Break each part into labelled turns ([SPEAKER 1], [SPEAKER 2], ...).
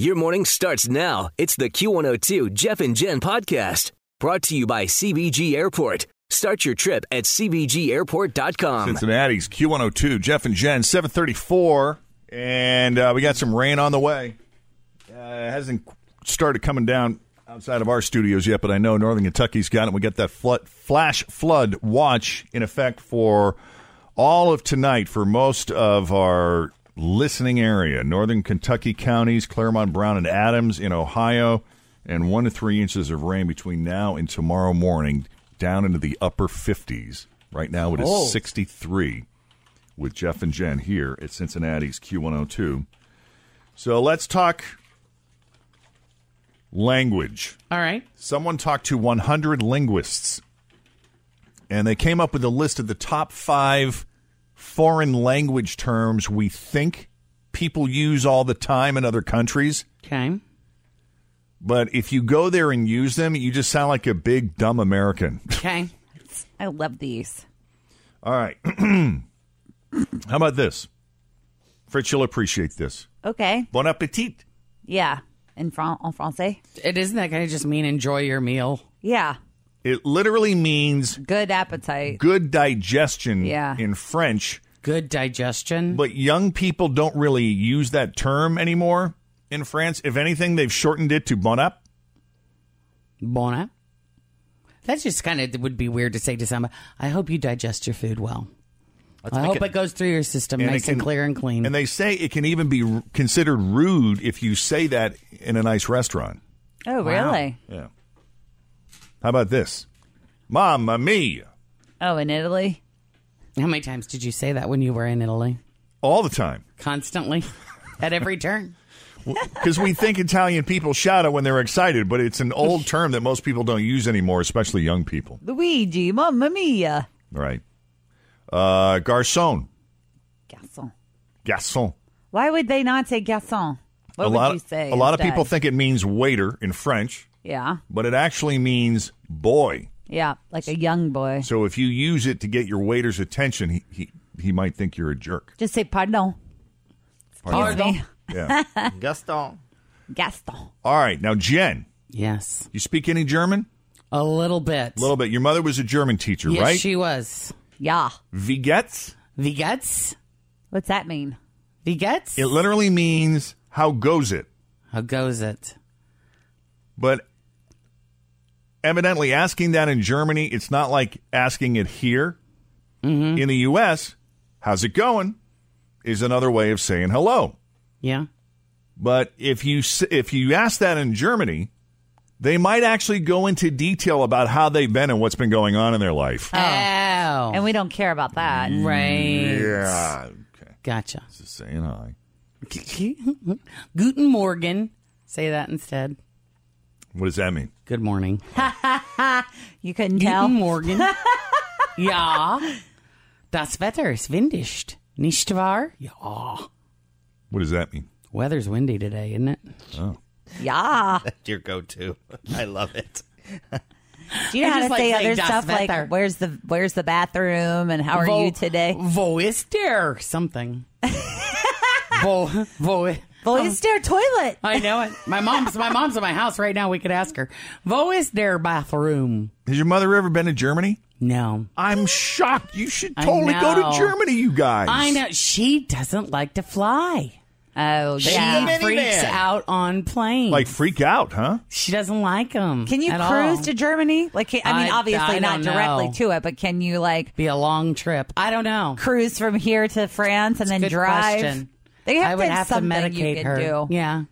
[SPEAKER 1] Your morning starts now. It's the Q102 Jeff and Jen podcast brought to you by CBG Airport. Start your trip at CBGAirport.com.
[SPEAKER 2] Cincinnati's Q102, Jeff and Jen, 734. And uh, we got some rain on the way. Uh, it hasn't started coming down outside of our studios yet, but I know Northern Kentucky's got it. We got that flood, flash flood watch in effect for all of tonight for most of our listening area Northern Kentucky counties, Claremont, Brown, and Adams in Ohio, and one to three inches of rain between now and tomorrow morning, down into the upper 50s. Right now it is 63 with Jeff and Jen here at Cincinnati's Q102. So let's talk language.
[SPEAKER 3] All right.
[SPEAKER 2] Someone talked to 100 linguists, and they came up with a list of the top five foreign language terms we think people use all the time in other countries.
[SPEAKER 3] Okay.
[SPEAKER 2] But if you go there and use them, you just sound like a big dumb American.
[SPEAKER 3] Okay.
[SPEAKER 4] I love these.
[SPEAKER 2] All right. How about this? Fritz, you'll appreciate this.
[SPEAKER 4] Okay.
[SPEAKER 2] Bon appetit.
[SPEAKER 4] Yeah. In Fran- en français.
[SPEAKER 3] It isn't that kind of just mean enjoy your meal.
[SPEAKER 4] Yeah.
[SPEAKER 2] It literally means
[SPEAKER 4] Good appetite.
[SPEAKER 2] good digestion
[SPEAKER 4] Yeah.
[SPEAKER 2] in French.
[SPEAKER 3] Good digestion.
[SPEAKER 2] But young people don't really use that term anymore in France. If anything, they've shortened it to bon app.
[SPEAKER 3] Bona. That's just kind of would be weird to say to someone. I hope you digest your food well. I hope it, goes through your system
[SPEAKER 2] and it
[SPEAKER 3] nice and
[SPEAKER 2] can-
[SPEAKER 3] clear and clean.
[SPEAKER 2] And they say it can even be r- considered rude if you say that in a nice restaurant.
[SPEAKER 4] Oh,
[SPEAKER 3] Wow.
[SPEAKER 4] really?
[SPEAKER 2] Yeah. How about this? Mamma mia.
[SPEAKER 4] Oh, in Italy?
[SPEAKER 3] How many times did you say that when you were in Italy?
[SPEAKER 2] All the time.
[SPEAKER 3] Constantly, at every turn.
[SPEAKER 2] Because we think Italian people shout it when they're excited, but it's an old term that most people don't use anymore, especially young people.
[SPEAKER 4] Luigi, mamma mia.
[SPEAKER 2] Right. Uh, garçon.
[SPEAKER 4] Garçon.
[SPEAKER 2] Garçon.
[SPEAKER 4] Why would they not say garçon? What
[SPEAKER 2] a
[SPEAKER 4] would
[SPEAKER 2] lot,
[SPEAKER 4] you say?
[SPEAKER 2] a lot of
[SPEAKER 4] instead?
[SPEAKER 2] people think it means waiter in French,
[SPEAKER 4] Yeah.
[SPEAKER 2] but it actually means boy.
[SPEAKER 4] Yeah. Like a young boy.
[SPEAKER 2] So if you use it to get your waiter's attention, he, he, he might think you're a jerk.
[SPEAKER 4] Just say pardon. Excuse me.
[SPEAKER 2] Yeah.
[SPEAKER 5] Gaston.
[SPEAKER 4] Gaston.
[SPEAKER 2] All right. Now, Jen,
[SPEAKER 3] Yes,
[SPEAKER 2] you speak any German?
[SPEAKER 3] a little bit.
[SPEAKER 2] A little bit. Your mother was a German teacher,
[SPEAKER 3] yes,
[SPEAKER 2] right?
[SPEAKER 3] she was.
[SPEAKER 4] Yeah.
[SPEAKER 2] Wie geht's?
[SPEAKER 3] The guts.
[SPEAKER 4] What's that mean?
[SPEAKER 3] The guts.
[SPEAKER 2] It literally means how goes it.
[SPEAKER 3] How goes it?
[SPEAKER 2] But evidently, asking that in Germany, it's not like asking it here.
[SPEAKER 3] Mm-hmm.
[SPEAKER 2] In the U.S., how's it going? Is another way of saying hello.
[SPEAKER 3] Yeah.
[SPEAKER 2] But if you s- if you ask that in Germany, they might actually go into detail about how they've been and what's been going on in their life.
[SPEAKER 3] Oh.
[SPEAKER 4] And we don't care about that.
[SPEAKER 2] Mm.
[SPEAKER 3] right.
[SPEAKER 2] Yeah, okay.
[SPEAKER 3] Gotcha.
[SPEAKER 2] Just saying hi.
[SPEAKER 3] Guten Morgen. Say that instead.
[SPEAKER 2] What does that mean?
[SPEAKER 3] Good morning.
[SPEAKER 4] You
[SPEAKER 3] Guten
[SPEAKER 4] couldn't tell?
[SPEAKER 3] Morgen. ja. Das Wetter ist windig, nicht wahr? Ja.
[SPEAKER 2] What does that mean?
[SPEAKER 3] Weather's windy today, isn't it?
[SPEAKER 4] Yeah.
[SPEAKER 5] That's your go-to. I love it.
[SPEAKER 4] Do you know
[SPEAKER 3] I
[SPEAKER 4] how to
[SPEAKER 3] just like
[SPEAKER 4] say
[SPEAKER 3] saying
[SPEAKER 4] other
[SPEAKER 3] das
[SPEAKER 4] stuff
[SPEAKER 3] Wetter. um,
[SPEAKER 4] like where's the where's the bathroom and how are
[SPEAKER 3] Vo-
[SPEAKER 4] you today?
[SPEAKER 3] Vo is there something. vo, vo.
[SPEAKER 4] Well, it's their toilet.
[SPEAKER 3] I know it. My mom's my mom's in my house right now. We could ask her. Vo is there bathroom?
[SPEAKER 2] Has your mother ever been to Germany?
[SPEAKER 3] No.
[SPEAKER 2] I'm shocked. You should
[SPEAKER 3] I
[SPEAKER 2] totally go to
[SPEAKER 3] know.
[SPEAKER 2] Germany, you guys.
[SPEAKER 3] I know she doesn't like to fly.
[SPEAKER 4] Oh,
[SPEAKER 3] She
[SPEAKER 4] yeah.
[SPEAKER 5] minivan.
[SPEAKER 3] freaks out on planes.
[SPEAKER 2] Like freak out, huh?
[SPEAKER 3] she doesn't like them.
[SPEAKER 6] Can you
[SPEAKER 3] at
[SPEAKER 6] cruise
[SPEAKER 3] all.
[SPEAKER 6] to Germany? Like, can, I mean,
[SPEAKER 3] I-
[SPEAKER 6] obviously
[SPEAKER 3] I
[SPEAKER 6] not
[SPEAKER 3] don't
[SPEAKER 6] directly
[SPEAKER 3] know.
[SPEAKER 6] to it, but can you like
[SPEAKER 3] Be a long trip. I don't know.
[SPEAKER 6] cruise from here to France and then
[SPEAKER 3] Good
[SPEAKER 6] drive?
[SPEAKER 3] question.
[SPEAKER 6] They have
[SPEAKER 3] I
[SPEAKER 6] to
[SPEAKER 3] would
[SPEAKER 6] have
[SPEAKER 3] have to
[SPEAKER 6] something you
[SPEAKER 3] medicate
[SPEAKER 6] could
[SPEAKER 3] her.
[SPEAKER 6] do.
[SPEAKER 3] Yeah,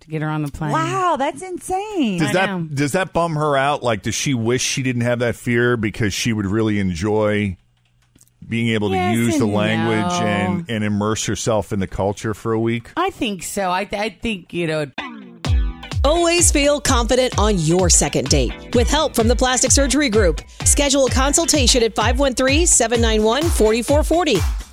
[SPEAKER 3] to get her on the plane.
[SPEAKER 6] Wow, that's insane.
[SPEAKER 2] Does
[SPEAKER 3] I
[SPEAKER 2] that
[SPEAKER 3] know.
[SPEAKER 2] does that bum her out? Like, does she wish she didn't have that fear because she would really enjoy being able
[SPEAKER 3] Yes
[SPEAKER 2] to use the
[SPEAKER 3] and
[SPEAKER 2] language
[SPEAKER 3] no.
[SPEAKER 2] and and immerse herself in the culture for a week?
[SPEAKER 3] I think so. I, th- I think you know.
[SPEAKER 7] Always feel confident on your second date. With help from the Plastic Surgery Group, schedule a consultation at 513-791-4440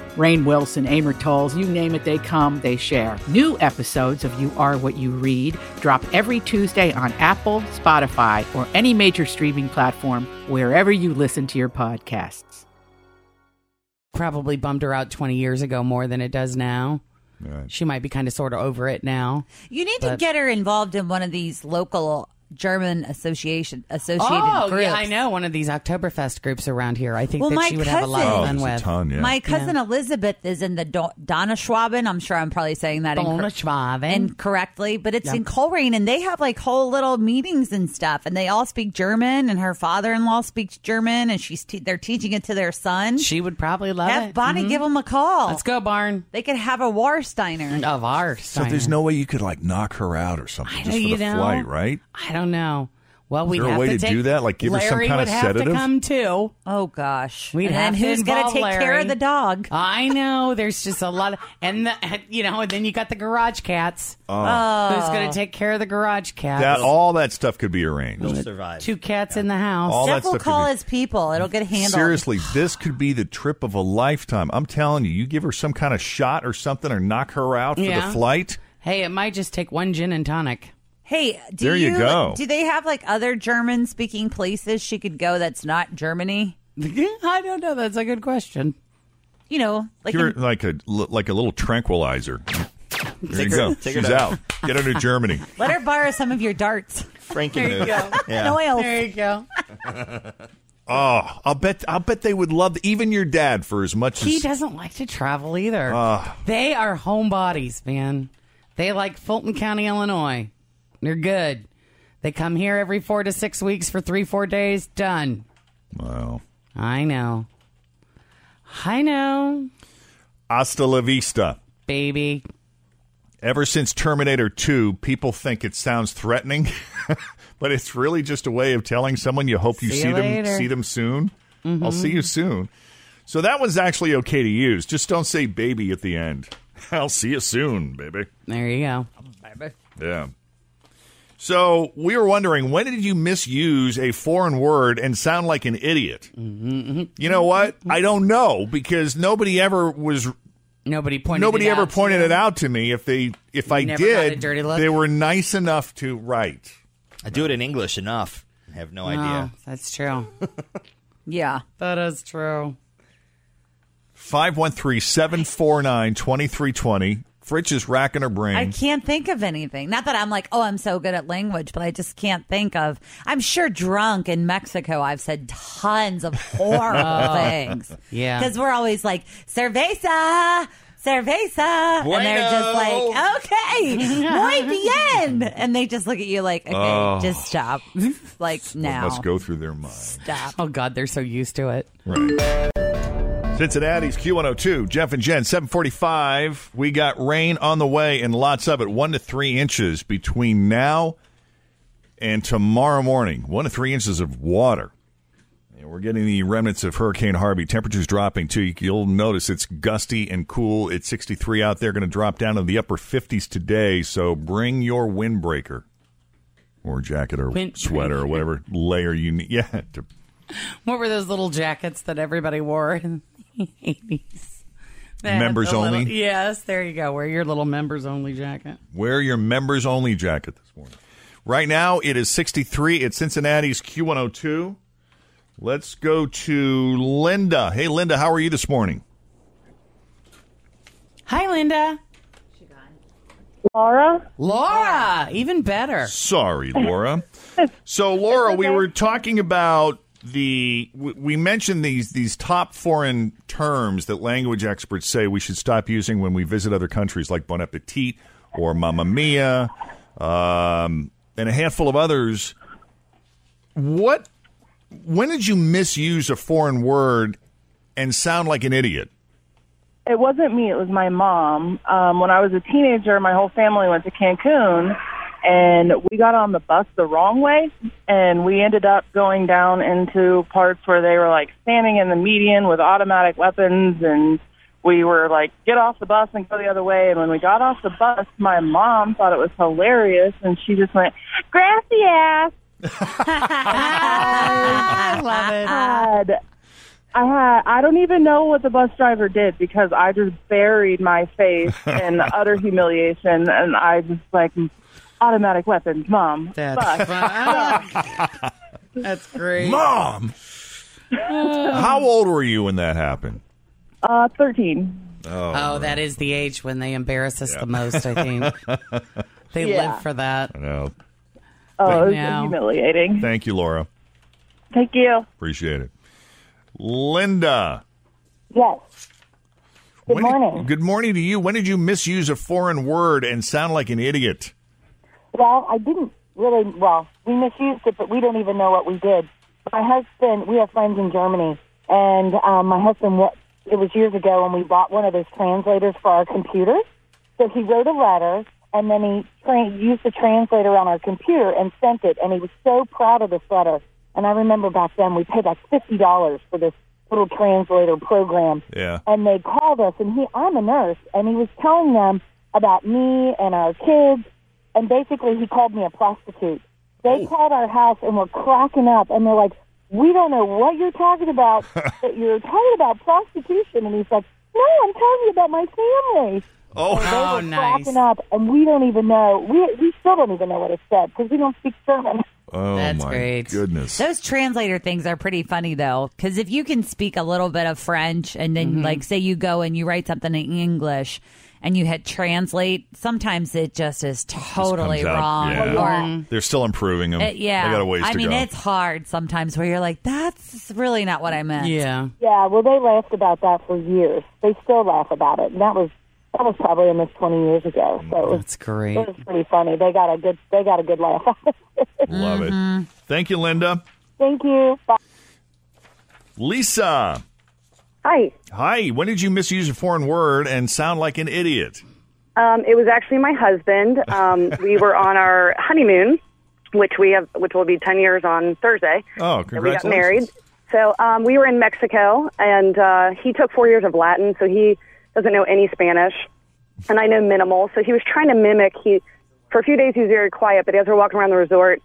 [SPEAKER 8] Rain Wilson, Amor Tolls, you name it, they come, they share. New episodes of You Are What You Read drop every Tuesday on Apple, Spotify, or any major streaming platform wherever you listen to your podcasts.
[SPEAKER 3] probably bummed her out 20 years ago more than it does now. She might be kind of sort of over it now.
[SPEAKER 4] You need
[SPEAKER 3] But-
[SPEAKER 4] get her involved in one of these local German association associated
[SPEAKER 3] Oh, yeah, I know one of these Oktoberfest groups around here. I think
[SPEAKER 4] Well,
[SPEAKER 3] that
[SPEAKER 4] my
[SPEAKER 3] she would have a lot
[SPEAKER 2] Oh,
[SPEAKER 3] of
[SPEAKER 4] cousin-
[SPEAKER 3] fun
[SPEAKER 2] there's a
[SPEAKER 3] with.
[SPEAKER 2] ton, yeah.
[SPEAKER 4] My cousin Elizabeth is in the Do- Donna Schwaben. I'm sure I'm probably saying that
[SPEAKER 3] Bona
[SPEAKER 4] incorrectly.
[SPEAKER 3] Schwaben.
[SPEAKER 4] incorrectly, but it's in Coleraine, and they have like whole little meetings and stuff, and they all speak German, and her father-in-law speaks German, and she's te- they're teaching it to their son.
[SPEAKER 3] she would probably love
[SPEAKER 4] have
[SPEAKER 3] it.
[SPEAKER 4] Bonnie
[SPEAKER 3] Mhm.
[SPEAKER 4] give him a call.
[SPEAKER 3] Let's go, Barn
[SPEAKER 4] They could have a Warsteiner.
[SPEAKER 3] of our.
[SPEAKER 2] So there's no way you could like knock her out or something
[SPEAKER 3] I
[SPEAKER 2] just
[SPEAKER 3] know,
[SPEAKER 2] for
[SPEAKER 3] you
[SPEAKER 2] the
[SPEAKER 3] know.
[SPEAKER 2] flight, right?
[SPEAKER 3] I don't know. Well, we'd
[SPEAKER 2] there a
[SPEAKER 3] have
[SPEAKER 2] way
[SPEAKER 3] to
[SPEAKER 2] to
[SPEAKER 3] take,
[SPEAKER 2] do that? Like, give her
[SPEAKER 3] Larry
[SPEAKER 2] some kind of
[SPEAKER 3] would have
[SPEAKER 2] sedative?
[SPEAKER 3] to come too.
[SPEAKER 4] Oh gosh!
[SPEAKER 3] We'd
[SPEAKER 4] and
[SPEAKER 3] have
[SPEAKER 4] then
[SPEAKER 3] to
[SPEAKER 4] who's gonna
[SPEAKER 3] involve
[SPEAKER 4] take care
[SPEAKER 3] Larry.
[SPEAKER 4] of the dog?
[SPEAKER 3] I know. There's just a lot of, and the, you know, and then you got the garage cats. Who's going to take care of the garage cats?
[SPEAKER 2] Oh. That all that stuff could be
[SPEAKER 5] We'll
[SPEAKER 2] arranged.
[SPEAKER 5] survive.
[SPEAKER 3] Two cats in the house.
[SPEAKER 2] All that
[SPEAKER 4] Jeff will
[SPEAKER 2] stuff
[SPEAKER 4] call
[SPEAKER 2] could be-
[SPEAKER 4] his people. It'll get handled.
[SPEAKER 2] Seriously, this could be the trip of a lifetime. I'm telling you, you give her some kind of shot or something, or knock her out for
[SPEAKER 3] Yeah.
[SPEAKER 2] the flight.
[SPEAKER 3] Hey, it might just take one gin and tonic.
[SPEAKER 4] Hey, do
[SPEAKER 2] There you go.
[SPEAKER 4] Do they have like other German speaking places she could go that's not Germany?
[SPEAKER 3] I don't know. That's a good question.
[SPEAKER 4] You know, like
[SPEAKER 2] Give her
[SPEAKER 4] in-
[SPEAKER 2] like a like a little tranquilizer. There you
[SPEAKER 5] her-
[SPEAKER 2] go.
[SPEAKER 5] take her
[SPEAKER 2] She's
[SPEAKER 5] down.
[SPEAKER 2] out. Get her to Germany.
[SPEAKER 4] let her borrow some of your darts
[SPEAKER 5] Frankenmuth.
[SPEAKER 4] and
[SPEAKER 5] Yeah.
[SPEAKER 4] oils.
[SPEAKER 3] you go.
[SPEAKER 2] Oh, I'll bet I'll bet they would love even your dad for as much
[SPEAKER 3] He
[SPEAKER 2] as
[SPEAKER 3] doesn't like to travel either. they are homebodies, man. They like Fulton County, Illinois. They're good. They come here every four to six weeks for three, four days. Done.
[SPEAKER 2] Wow.
[SPEAKER 3] I know. I know,
[SPEAKER 2] Hasta la vista.
[SPEAKER 3] baby.
[SPEAKER 2] Ever since Terminator 2, people think it sounds threatening, but it's really just a way of telling someone you hope you
[SPEAKER 3] See
[SPEAKER 2] see,
[SPEAKER 3] you
[SPEAKER 2] them
[SPEAKER 3] later. Mm-hmm.
[SPEAKER 2] see them soon. I'll see you soon. So that one's actually okay to use. Just don't say baby at the end. I'll see you soon, baby.
[SPEAKER 3] There you go.
[SPEAKER 2] Yeah. So we were wondering when did you misuse a foreign word and sound like an idiot?
[SPEAKER 3] Mm-hmm,
[SPEAKER 2] You know what? I don't know because nobody ever was
[SPEAKER 3] Nobody pointed.
[SPEAKER 2] nobody
[SPEAKER 3] it
[SPEAKER 2] ever
[SPEAKER 3] out to
[SPEAKER 2] pointed
[SPEAKER 3] you.
[SPEAKER 2] it out to me. If they if I
[SPEAKER 3] never got a
[SPEAKER 2] did,
[SPEAKER 3] dirty look?
[SPEAKER 2] they were nice enough to write.
[SPEAKER 5] I do it in English enough. I have no idea.
[SPEAKER 3] Oh, that's true.
[SPEAKER 4] Yeah.
[SPEAKER 3] that is true.
[SPEAKER 2] 513-749-2320. Fritch is racking her brain.
[SPEAKER 4] I can't think of anything. Not that I'm like, oh, I'm so good at language, but I just can't think of. I'm sure drunk in Mexico, I've said tons of horrible things.
[SPEAKER 3] Yeah.
[SPEAKER 4] Because we're always like, cerveza, cerveza. And they're just
[SPEAKER 5] Bueno.
[SPEAKER 4] like, okay, muy bien. And they just look at you like, okay,
[SPEAKER 5] Oh.
[SPEAKER 4] just stop. Like, now.
[SPEAKER 2] Must go through their mind.
[SPEAKER 4] Stop.
[SPEAKER 3] Oh God, they're so used to it.
[SPEAKER 2] Right. Cincinnati's Q102, Jeff and Jen, 745. We got rain on the way and lots of it, one to three inches between now and tomorrow morning. One to three inches of water. Yeah, we're getting the remnants of Hurricane Harvey. Temperatures dropping too. You'll notice it's gusty and cool. It's 63 out there, going to drop down to the upper 50s today. So bring your windbreaker or jacket or
[SPEAKER 3] Wind-
[SPEAKER 2] sweater or whatever layer you need. Yeah. to-
[SPEAKER 3] What were those little jackets that everybody wore in the 80s? They had
[SPEAKER 2] Members
[SPEAKER 3] the little-
[SPEAKER 2] only?
[SPEAKER 3] yes, there you go. Wear your little members only jacket.
[SPEAKER 2] Wear your members only jacket this morning. Right now, it is 63 at Cincinnati's Q102. Let's go to Linda. Hey, Linda, how are you this morning?
[SPEAKER 3] Hi, Linda.
[SPEAKER 9] Laura?
[SPEAKER 3] Laura, even better.
[SPEAKER 2] Sorry, Laura. so, Laura, we were talking about the we- we mentioned these these top foreign terms that language experts say we should stop using when we visit other countries, like bon appetit or mamma mia, um, and a handful of others. What? When did you misuse a foreign word and sound like an idiot?
[SPEAKER 9] It wasn't me, it was my mom. Um, when I was a teenager, my whole family went to Cancun and we got on the bus the wrong way and we ended up going down into parts where they were like standing in the median with automatic weapons and we were like, get off the bus and go the other way. And when we got off the bus, my mom thought it was hilarious and she just went, grassy ass. I
[SPEAKER 3] love it.
[SPEAKER 9] Had, I had, I don't even know what the bus driver did because I just buried my face in utter humiliation and I just like automatic weapons, mom.
[SPEAKER 3] That's
[SPEAKER 9] fuck.
[SPEAKER 3] That's great.
[SPEAKER 2] Mom, how old were you when that happened?
[SPEAKER 9] Uh, 13.
[SPEAKER 3] Oh, that is the age when they embarrass us the most, I think.
[SPEAKER 2] think
[SPEAKER 3] They
[SPEAKER 9] Yeah.
[SPEAKER 3] live for that.
[SPEAKER 2] I know.
[SPEAKER 9] Oh, it was
[SPEAKER 3] Now.
[SPEAKER 9] humiliating.
[SPEAKER 2] Thank you, Laura.
[SPEAKER 9] Thank you.
[SPEAKER 2] Appreciate it. Linda.
[SPEAKER 9] Yes.
[SPEAKER 2] Good morning. good morning to you. When did you misuse a foreign word and sound like an idiot?
[SPEAKER 10] Well, I didn't really. Well, we misused it, but we don't even know what we did. My husband, we have friends in Germany, and um, my husband, wa- it was years ago, and we bought one of those translators for our computers. So he wrote a letter, and then he tra- used the translator on our computer and sent it. And he was so proud of this letter. And I remember back then we paid like fifty dollars for this little translator program.
[SPEAKER 2] Yeah.
[SPEAKER 10] And they called us, and he, I'm a nurse, and he was telling them about me and our kids, and basically he called me a prostitute. They called our house and were cracking up, and they're like, "We don't know what you're talking about, but you're talking about prostitution." And he's like, "No, I'm telling you about my family."
[SPEAKER 2] Oh,
[SPEAKER 10] and they
[SPEAKER 3] Oh,
[SPEAKER 10] were
[SPEAKER 3] nice.
[SPEAKER 10] cracking up, and we don't even know. We we still don't even know what it said because we don't speak German.
[SPEAKER 2] Oh
[SPEAKER 10] That's
[SPEAKER 2] my
[SPEAKER 10] great.
[SPEAKER 2] goodness.
[SPEAKER 4] That
[SPEAKER 6] Those translator things are pretty funny though, because if you can speak a little bit of French and then,
[SPEAKER 2] Mm-hmm.
[SPEAKER 6] like, say you go and you write something in English and you hit translate, sometimes it just is totally
[SPEAKER 2] Comes out-
[SPEAKER 6] wrong.
[SPEAKER 2] yeah.
[SPEAKER 6] Or,
[SPEAKER 2] They're still improving them.
[SPEAKER 6] It- yeah,
[SPEAKER 2] They got a ways
[SPEAKER 6] I
[SPEAKER 2] to
[SPEAKER 6] mean,
[SPEAKER 2] go.
[SPEAKER 6] it's hard sometimes where you're like, that's really not what I meant.
[SPEAKER 3] Yeah.
[SPEAKER 10] Yeah, well, they laughed about that for years. They still laugh about it. And that was that was probably almost twenty years ago. So it was,
[SPEAKER 3] That's great.
[SPEAKER 10] it was pretty funny. They got a good they got a good laugh.
[SPEAKER 2] Love it.
[SPEAKER 6] mm-hmm.
[SPEAKER 2] Thank you, Linda.
[SPEAKER 10] Thank you. Bye.
[SPEAKER 2] Lisa.
[SPEAKER 11] Hi.
[SPEAKER 2] Hi. When did you misuse a foreign word and sound like an idiot?
[SPEAKER 11] Um, it was actually my husband. Um, we were on our honeymoon, which we have, which will be ten years on Thursday. And
[SPEAKER 2] Oh,
[SPEAKER 11] we got
[SPEAKER 2] congratulations.
[SPEAKER 11] married. So um, we were in Mexico, and uh, he took four years of Latin, so he doesn't know any Spanish, and I know minimal. So he was trying to mimic. He for a few days he was very quiet, but as we're walking around the resort,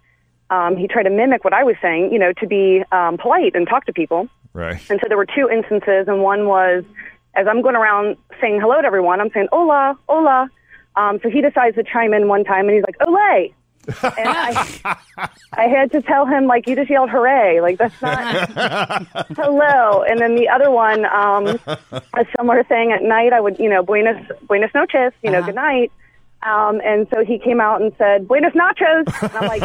[SPEAKER 11] um, he tried to mimic what I was saying, you know, to be um, polite and talk to people.
[SPEAKER 2] Right.
[SPEAKER 11] And so there were two instances, and one was as I'm going around saying hello to everyone, I'm saying hola, hola. Um, so he decides to chime in one time, and he's like, "Olay!" And I, I had to tell him, like, you just yelled "hooray!" Like that's not hello. And then the other one, um, a similar thing at night. I would, you know, buenos buenos noches, you know, good night. Um, and so he came out and said, "Buenos nachos." And I'm like,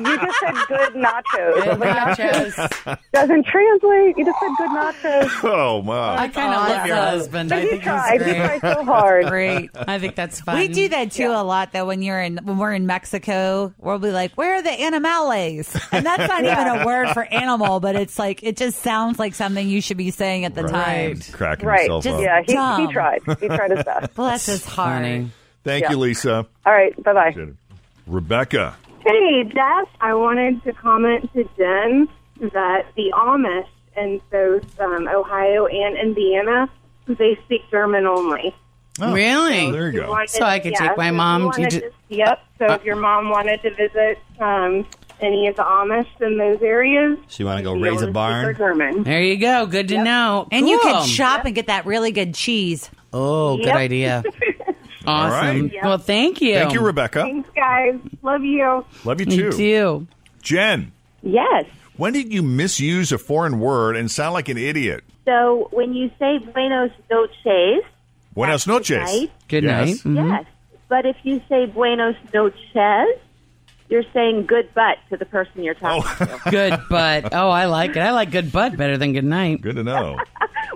[SPEAKER 11] "You just said good nachos."
[SPEAKER 3] Good
[SPEAKER 11] Like,
[SPEAKER 3] nachos.
[SPEAKER 11] doesn't translate. You just said good nachos.
[SPEAKER 2] Oh, my.
[SPEAKER 6] Uh,
[SPEAKER 3] I kind of love your husband.
[SPEAKER 11] But
[SPEAKER 3] I
[SPEAKER 11] he
[SPEAKER 3] think
[SPEAKER 11] tried.
[SPEAKER 3] he's
[SPEAKER 11] He
[SPEAKER 3] great.
[SPEAKER 11] tried so hard.
[SPEAKER 3] Great. I think that's fun.
[SPEAKER 6] We do that too a lot though when you're in when we're in Mexico, we'll be like, Where are the animales? And that's not
[SPEAKER 11] Yeah.
[SPEAKER 6] even a word for animal, but it's like it just sounds like something you should be saying at the time.
[SPEAKER 2] Cracking
[SPEAKER 11] Right.
[SPEAKER 2] yourself
[SPEAKER 11] Just-
[SPEAKER 2] up.
[SPEAKER 11] yeah, he,
[SPEAKER 6] Dumb.
[SPEAKER 11] he tried. He tried his best.
[SPEAKER 6] Bless his heart.
[SPEAKER 3] Funny.
[SPEAKER 2] Thank you, Lisa.
[SPEAKER 11] All right. Bye bye.
[SPEAKER 2] Rebecca.
[SPEAKER 12] Hey, Dash, I wanted to comment to Jen that the Amish and those um, Ohio and Indiana, they speak German only.
[SPEAKER 2] Oh,
[SPEAKER 3] Really? So I could
[SPEAKER 12] yeah,
[SPEAKER 3] take my
[SPEAKER 12] so if you
[SPEAKER 3] mom. Uh,
[SPEAKER 12] wanted to- yep. So if your mom wanted to visit um, any of the Amish in those areas,
[SPEAKER 5] So you want to go raise a barn?
[SPEAKER 12] German.
[SPEAKER 3] There you go. Good to know.
[SPEAKER 4] And you
[SPEAKER 3] Cool.
[SPEAKER 4] can shop and get that really good cheese.
[SPEAKER 3] Oh, good
[SPEAKER 4] Yep.
[SPEAKER 3] idea.
[SPEAKER 2] All right.
[SPEAKER 3] awesome. Well, thank you.
[SPEAKER 2] Thank you, Rebecca.
[SPEAKER 12] Thanks, guys. Love you.
[SPEAKER 2] Love you
[SPEAKER 3] Me
[SPEAKER 2] too.
[SPEAKER 3] too.
[SPEAKER 2] Jen,
[SPEAKER 13] Yes.
[SPEAKER 2] when did you misuse a foreign word and sound like an idiot?
[SPEAKER 13] So when you say Buenos noches,
[SPEAKER 2] Buenos noches.
[SPEAKER 13] night.
[SPEAKER 3] Good
[SPEAKER 2] Yes.
[SPEAKER 3] night. Mhm.
[SPEAKER 13] yes. But if you say Buenos noches, you're saying good butt to the person you're
[SPEAKER 2] Oh.
[SPEAKER 13] talking to.
[SPEAKER 3] Good butt. Oh, I like it. I like good butt better than good night.
[SPEAKER 2] Good to know.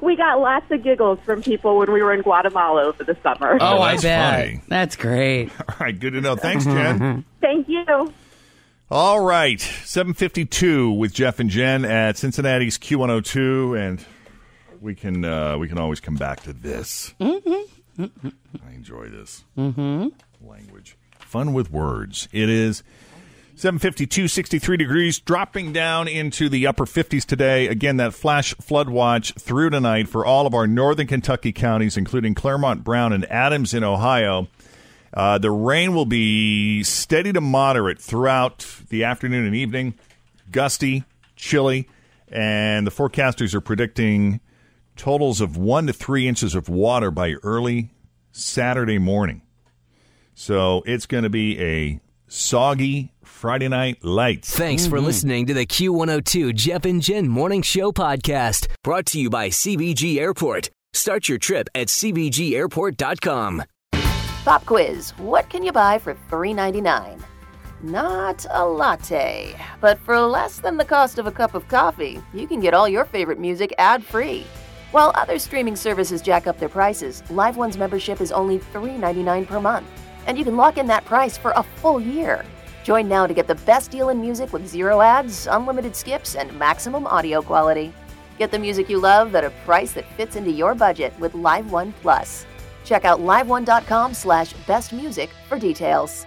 [SPEAKER 13] We got lots of giggles from people when we were in Guatemala over the summer.
[SPEAKER 3] Oh, I
[SPEAKER 2] that's
[SPEAKER 3] bet.
[SPEAKER 2] funny.
[SPEAKER 3] That's great.
[SPEAKER 2] All right. Good to know. Thanks, Jen.
[SPEAKER 13] Thank you.
[SPEAKER 2] All right. 752 with Jeff and Jen at Cincinnati's Q102. And we can uh, we can always come back to this. I enjoy this.
[SPEAKER 3] Mm-hmm.
[SPEAKER 2] Language. Fun with words. It is 752, 63 degrees, dropping down into the upper 50s today. Again, that flash flood watch through tonight for all of our northern Kentucky counties, including Claremont Brown and Adams in Ohio. Uh, the rain will be steady to moderate throughout the afternoon and evening, gusty, chilly, and the forecasters are predicting totals of one to three inches of water by early Saturday morning. So it's going to be a soggy Friday night lights.
[SPEAKER 1] Thanks for listening to the Q102 Jeff and Jen Morning Show podcast, brought to you by CBG Airport. Start your trip at CBGAirport.com.
[SPEAKER 14] Pop quiz What can you buy for $3.99? Not a latte, but for less than the cost of a cup of coffee, you can get all your favorite music ad free. While other streaming services jack up their prices, LiveOne's membership is only $3.99 per month, and you can lock in that price for a full year. Join now to get the best deal in music with zero ads, unlimited skips, and maximum audio quality. Get the music you love at a price that fits into your budget with LiveOne Plus. Check out liveone.com slash best music for details.